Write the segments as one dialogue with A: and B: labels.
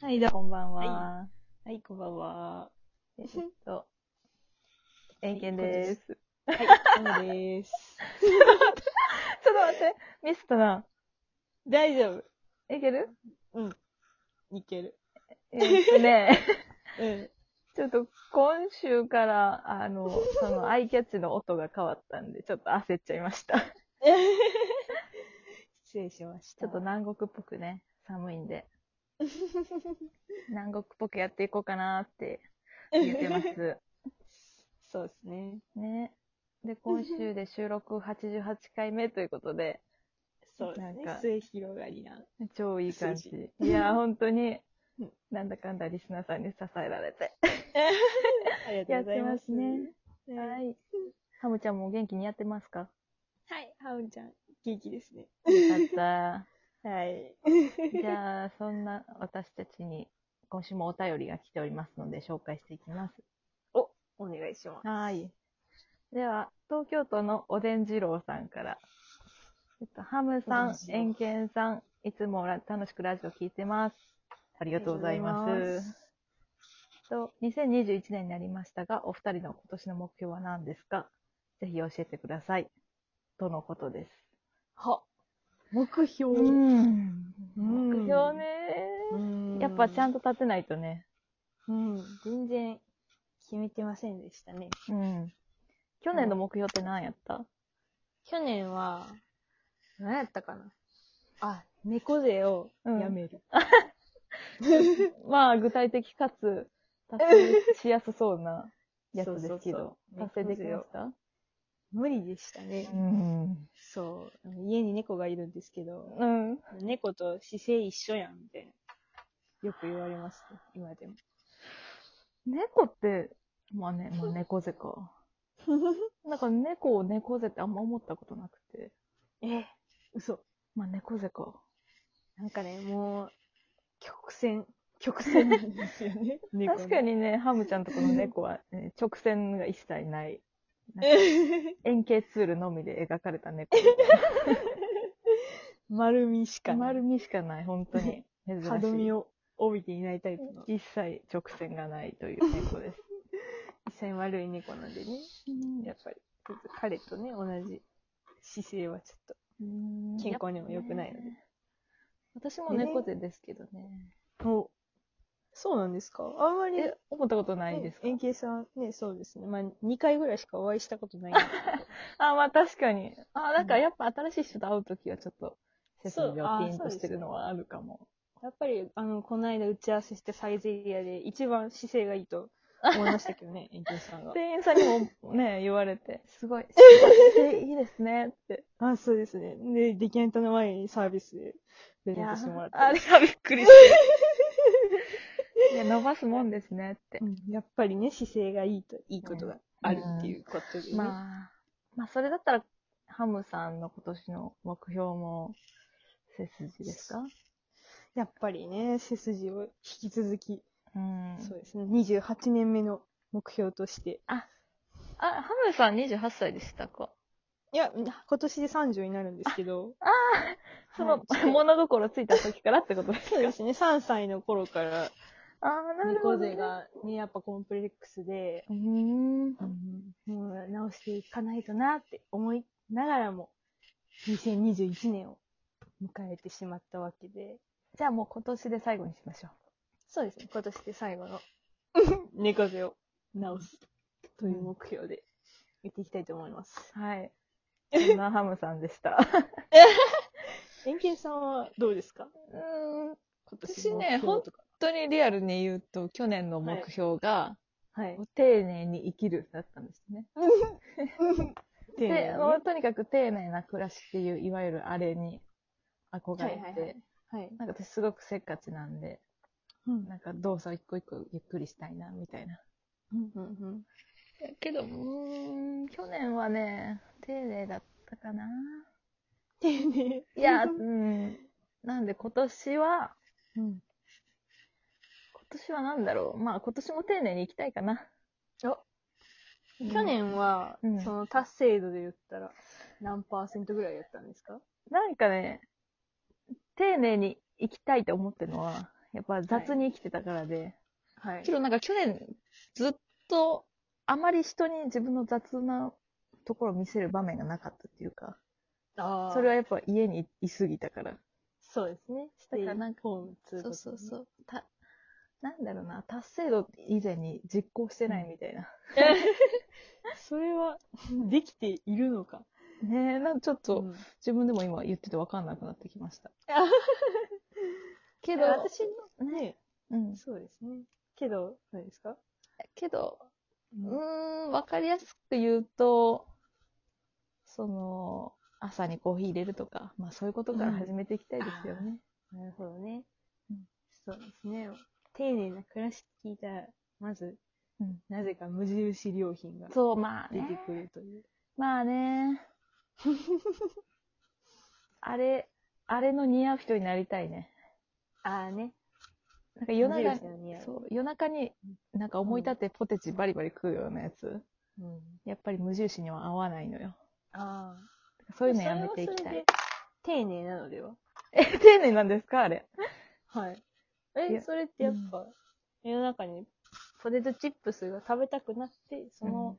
A: はい、どうもこんばんは。
B: ははい、こんばんは。
A: えっと、遠見です。 ちょ
B: はい、そうです。
A: っと待って、ミスったな。
B: 大丈夫。
A: いけ る
B: いける。
A: えっとね、
B: うん。
A: ちょっと今週から、あの、そのアイキャッチの音が変わったんで、ちょっと焦っちゃいま した。ち
B: 失礼しました。
A: ょっと 南国っぽくね、寒いんで。南国っぽくやっていこうかな って言ってます。
B: そうですね。
A: ね。で、今週で収録88回目ということで、
B: そうですね
A: なんか。
B: 末広がりな。
A: 超いい感じ
B: 数
A: い
B: 字。
A: やー、本当に
B: うん、
A: なんだかんだリスナーさんに支えられて。
B: ありがとうございます。
A: やって
B: ね
A: は
B: はい。
A: い。ハムちゃんも元気にやってますか
B: ハウンちゃん、元気ですね。
A: よか った。
B: はい。
A: じゃあ、そんな私たちに、今週もお便りが来ておりますので、紹介していきます。
B: お願いします。
A: はい。では、東京都のおでん二郎さんから。えっと、ハムさ
B: おで
A: ん、
B: ん
A: エ
B: 二郎
A: ンケンさん、いつもラ楽しくラジオ聞いてます。ありがとうございます。
B: ありがとうございます
A: えっと、2021年になりましたが、お二人の今年の目標は何ですかぜひ教えてください。とのことです。
B: は、目標。
A: ん。
B: うん
A: 目標ね。
B: うん
A: やっぱちゃんと立てないとね。
B: うん、全然決めてませんでしたね。
A: うん。去年の目標って何やった
B: 去年は、何やったかなあ、猫背をやめる。、
A: まあ、具体的かつ、達成しやすそうなやつですけど
B: そうそうそう
A: 達成できました
B: 無理でしたね。
A: ん。
B: そう。家に猫がいるんですけど、
A: うん。
B: 猫と姿勢一緒やん、みたいな。よく言われますね、今でも。
A: 猫って、まあね、まあ、猫背 か。なんか猫を猫背ってあんま思ったことなくて。
B: え、嘘。
A: まあ猫背か。
B: なんかね、もう、曲線、曲線なんですよ ね。猫
A: 確か
B: に。
A: にね、ハムちゃんとこの猫は、ね、直線が一切ない。 円形ツールのみで描かれた猫。
B: 丸みしかない。
A: 丸みしかない、本当 に。珍しい。
B: 歯止めを帯びていないタイプの。
A: 一切直線がないという猫です。
B: 一切悪い猫なんでね。やっぱり、ちょっと彼とね、同じ姿勢はちょっと健康にも良くないので。
A: 私も猫背ですけどね。
B: おそうなんですかあんまり、
A: え、思ったことな
B: ないいで
A: です
B: す
A: か
B: 円形さん、ね、そうですね。まあ、2回ぐらいしかお会いしたこと ないんです
A: あ、まあ確かに。あ、なんかやっぱ新しい人と会うときはちょっと、背筋
B: そう
A: が
B: あ
A: ピンとしてるのはあるかも。
B: けどやっぱり、あの、この間打ち合わせしてサイゼリアで一番姿勢がいいと思いましたけど ね、円形さんが。
A: 店員さんにもね、言われて、すごい、姿勢いいですねって。
B: あ、そうですね。で、出来上がの前にサービスでプレゼントしてもらって。
A: あれがびっくり して。いや、伸ばすもんですねって
B: う。んやっぱりね、姿勢がいいと、いいことがあるっていうことでね。
A: まあ、まあそれだったら、ハムさんの今年の目標も、背筋ですか
B: やっぱりね、背筋を引き続き、
A: うん
B: そうですね、28年目の目標として。
A: あ、ハムさん28歳でしたか
B: いや、今年で30になるんですけど。
A: ああ、その、
B: はい
A: 物心ついた時からってことです
B: そうで
A: か
B: すね、3歳の頃から、
A: ああ、
B: 猫
A: ね
B: 背がね、やっぱコンプレックスで、
A: うーん。
B: もう直していかないとなって思いながらも、2021年を迎えてしまったわけで、
A: じゃあもう今年で最後にしましょ
B: そうですね、今年で最後の 猫背を直すという目標で、やっていきたいと思います。
A: う。 はい。そんなハムさんでした。
B: 円形さんはどうです か
A: うん。
B: 今
A: 私ね
B: 目標とか
A: 本当にリアルに言うと、去年の目標が、
B: はい。
A: 丁寧に生きるだったんですね。
B: 丁寧にね
A: で、もうとにかく丁寧な暮らしっていう、いわゆるあれに憧れて、
B: はいはいはいはい。
A: なんか私すごくせっかちなんで、
B: うん
A: なんか動作を一個一個ゆっくりしたいな、みたいな。
B: うんうん
A: やけど、うーん、去年はね、丁寧だったか な。
B: 丁寧。
A: いや、うん。なんで今年は、
B: うん。
A: 今年はなんだろう。まあ今年も丁寧に行きたいかな。
B: お
A: うん
B: 去年は、
A: うん
B: その達成度で言ったら、何パーセントぐらいやったんですか
A: なんかね、丁寧に行きたいと思ってるのは、やっぱ雑に生きてたからで。
B: はい。
A: けどなんか去年ずっとあまり人に自分の雑なところを見せる場面がなかったっていうか、
B: あー
A: それはやっぱ家にいすぎたから。
B: そうですね。
A: だから
B: ら
A: なんか
B: ホーム通
A: そうそうそう。た、なんだろうな、達成度以前に実行してないみたいな。
B: それは、できているのか。
A: ねえ、なんかちょっと、
B: うん
A: 自分でも今言ってて分かんなくなってきました。けど、
B: 私の、ね、
A: うん。
B: そうですね。けど、何ですか
A: けど、う
B: うん
A: ーん、分かりやすく言うと、その、朝にコーヒー入れるとか、まあそういうことから始めていきたいですよね。
B: なるほどね
A: うん。
B: そうですね。丁寧な暮らしって聞いたら、まず、
A: うん
B: なぜか無印良品が
A: そう、まあ
B: 出
A: ね
B: て。くるという。
A: まあね。 あれ、あれの似合う人になりたいね。
B: ああね。
A: なんか夜
B: 無
A: 中
B: 印、の似合う。
A: そう、夜中になんか思い立ってポテチバリバリ食うようなやつ、
B: うん。
A: やっぱり無印には合わないのよ。
B: ああ。
A: そういうのやめていき
B: それは
A: た
B: そ
A: い
B: れで。丁寧なのでは
A: え、 丁寧なんですかあれ。
B: はい。
A: いや
B: え、それってやっぱ、世の中にポテトチップスが食べたくなって、その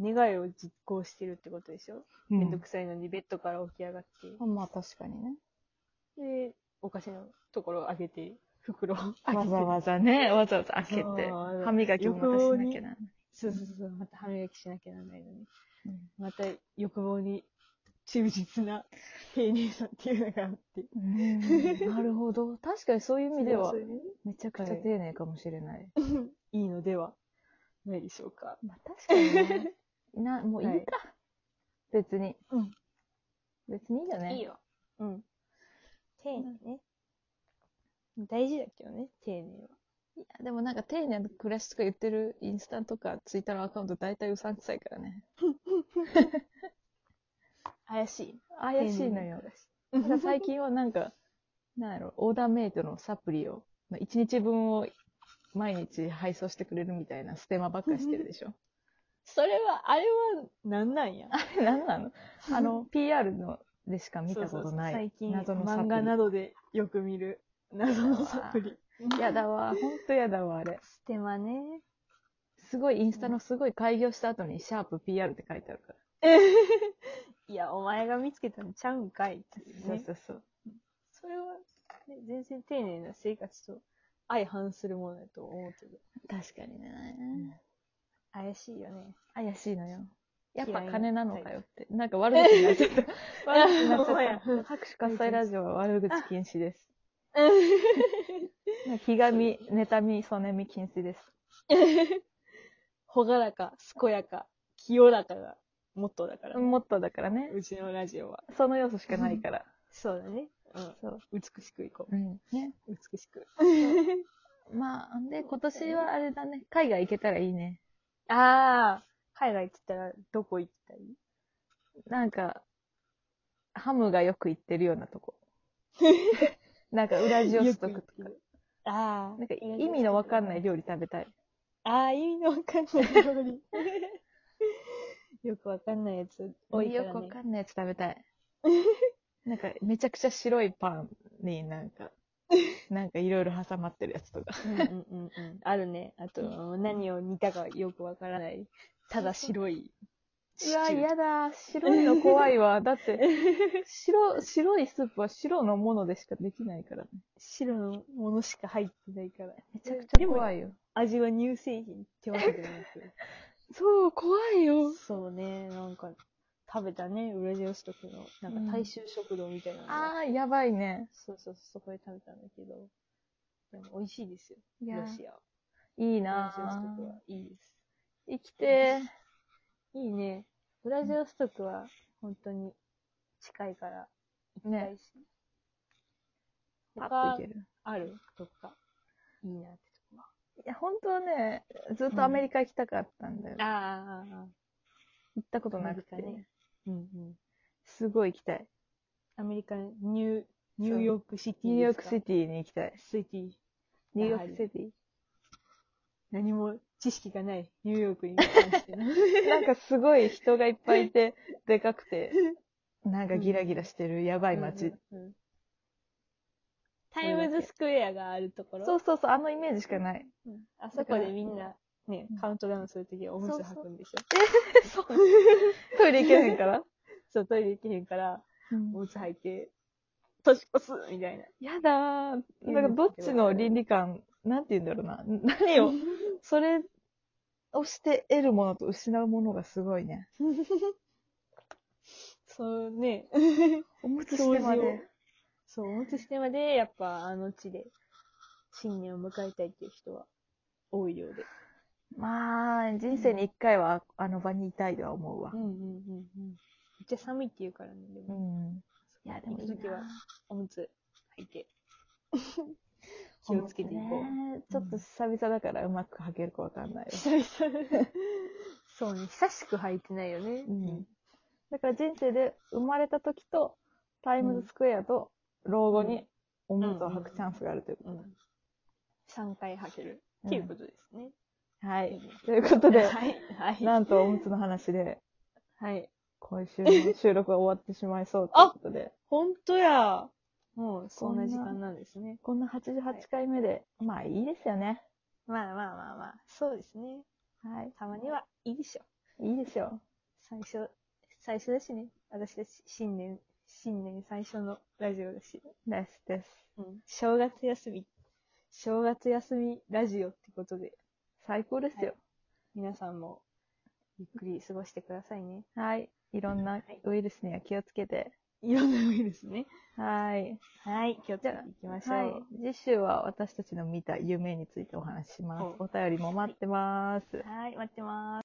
B: 願いを実行してるってことでしょ、
A: うん、
B: めんどくさいのにベッドから起き上がって、
A: まあまあ確かにね。
B: で、お菓子のところを開けて、袋を開け
A: わ
B: て。
A: ざわざね、わざわざ開けて、
B: あー
A: 歯磨きもまたしなきゃならない。
B: そうそうそう、また歯磨きしなきゃならないのに。
A: うん
B: また欲望に忠実な丁寧さっていうのがあって。
A: うんなるほど。確かにそういう意味では
B: そう、いう
A: めちゃくちゃ丁寧かもしれない。
B: いいのではないでしょうか。
A: まあ確かに ね。な、もういいか。
B: はい
A: 別に。
B: うん
A: 別にいいよね。
B: いいよ。うん。丁寧ね。大事だけどね、丁寧は。
A: いやでもなんか丁寧な暮らしとか言ってるインスタとかツイッターのアカウント大体うさんくさいからね。
B: 怪しい。
A: 怪しいのよ。ただ最近はなんか、なんやろ、オーダーメイドのサプリを、まあ、1日分を毎日配送してくれるみたいなステマばっかしてるでしょ。
B: それは、あれは、なんなんや。
A: あれ何 なのあの、PR のでしか見たことない。
B: そうそうそう最近、
A: 謎のサプリ。
B: 漫画などでよく見る、謎のサプリ。
A: やだわ、ほんとやだわ、あれ。
B: ステマね。
A: すごい、インスタのすごい開業した後に、シャープ PR って書いてあるから。
B: いや、お前が見つけたのちゃうんかいっていうね。
A: そうそう
B: それは、ね、全然丁寧な生活と相反するものだと思うけ
A: そ
B: ど。
A: う。確かにね。
B: 怪しいよね。
A: 怪しいのよ。やっぱ
B: 嫌いな
A: 金なのかよって。なんか悪口になっちゃ った。悪口になっちゃ
B: ほんまや
A: った。拍手喝采ラジオは悪口禁止です。ひがみ、妬み、そねみ禁止です。
B: ほがらか、健やか、清らかがモットーだから、
A: もっとだからね。
B: うちのラジオは。
A: その要素しかないから。
B: そうだね。
A: そう。
B: うん。美しくいこ
A: うん。ね。
B: う。美しく。
A: まあ、んで、今年はあれだね。海外行けたらいいね。
B: ああ、海外行ったらどこ行ったり
A: なんか、ハムがよく行ってるような とこ。なんか、ウラジオストクとか。
B: ああ。
A: なんか、意味のわかんない料理食べたい。
B: ああ、意味のわかんない料 理。よくわかんないやつ多いか
A: よ
B: ら、ね。
A: くわかんないやつ食べ たい。なんか、めちゃくちゃ白いパンになん か、なんかいろいろ挟まってるやつとか。
B: うんうんうんうん。あるね。あと、何を煮たかよくわからない。ただ白い。
A: うわ、
B: シチュー
A: 嫌だ。白いの怖い わ。だって、白、白いスープは白のものでしかできないからね。
B: 白のものしか入ってないから。
A: めちゃくちゃ怖
B: い。
A: いよ。
B: 味は乳製品ってわけじゃなく。
A: そう、怖いよ。
B: そうね、なんか、食べたね、ウラジオストクの、なんか大衆食堂みたいなのが、
A: あー、やばいね。
B: そうそう、そこで食べたんだけど、でも美味しいですよ、
A: いや
B: ロシアは。
A: いい
B: ウラジオス
A: な
B: トクはいいです。
A: ぁ生き て
B: いいね。ウラジオストクは本当に近いから
A: ー。
B: 近
A: ね
B: い、し、
A: パッといける。
B: あるどっか。いいなってとこは。
A: いや、本当はね、ずっとアメリカ行きたかったんだよ。行
B: ああ、
A: ったことなくて
B: アメリカね。うんうん。
A: すごい行きたい。
B: アメリカ、ニュー、ニューヨークシティ
A: ニューヨーク
B: テ
A: シティに行きたい。
B: ィ。シティ。
A: ニューヨークシティ。
B: 何も知識がないニューヨークに関しての。
A: なんかすごい人がいっぱいい て、でかくて、なんかギラギラしてるやばい街。
B: うんうん
C: タイムズスクエアがあるところ。
A: そうそうそう、あのイメージしかない。
B: うんあそこでみんな、ね
A: うん、
B: カウントダウンするときおむつ
C: そう
B: 履
C: そう
B: くんでしょ
A: そう。 トイレ行けへん から。
B: そう、トイレ行けへんから、おむつ履いて、年越すみたいな。
A: やだー。なんかどっちの倫理観、なんて言うんだろうな。何を、それをして得るものと失うものがすごいね。
B: そうね。
A: おむつしてま
B: 教
A: で。
B: そう、おむつしてまで、やっぱあの地で、新年を迎えたいっていう人は多いようで。
A: まあ、人生に一回はあの場にいたいとは思うわ
B: う。んうんうんうん。めっちゃ寒いって言うからね、で
A: う
B: も。
A: ん。いや、でもいい
B: 行くときは
A: な。
B: おむつ履 いて。気をつけていこう。
A: ねちょっと久々だからうまく履けるかわかんないわ。
B: 久々。 そうね、久しく履いてないよね。
A: うん。だから人生で生まれた時と、タイムズスクエアと、老後におむつを履くチャンスがあるというこ
B: うん。3回履ける。
A: と。
B: っていうことですね。
A: うんは
B: う
A: い
B: ん。
A: ということで、
B: はい。はい。
A: なんとおむつの話で、
B: はい。
A: 今週の収録が終わってしまいそうということで、
B: ほんとや。もう、そ
A: こ
B: ん
A: んな
B: な時間なんですね。
A: こんな88回目で、まあいいですよね。
B: まあまあまあまあ、そうですね。
A: は
B: たまにはいいでしょ。
A: い。いいですよ。
B: 最初、最初だしね。私たち、新年、新年最初のラジオだし。
A: ですです。
B: うん。正月休み。正月休みラジオってことで、
A: 最高ですよ。
B: 皆さんも、ゆっくり過ごしてくださいね。
A: はい。いろんなウイルスには気をつけて。
B: いろんなウイルスね。
A: はい。
B: はい。気をつけていきましょう。
A: はい。次週は私たちの見た夢についてお話しします。お便りも待ってます。
B: はい、待ってます。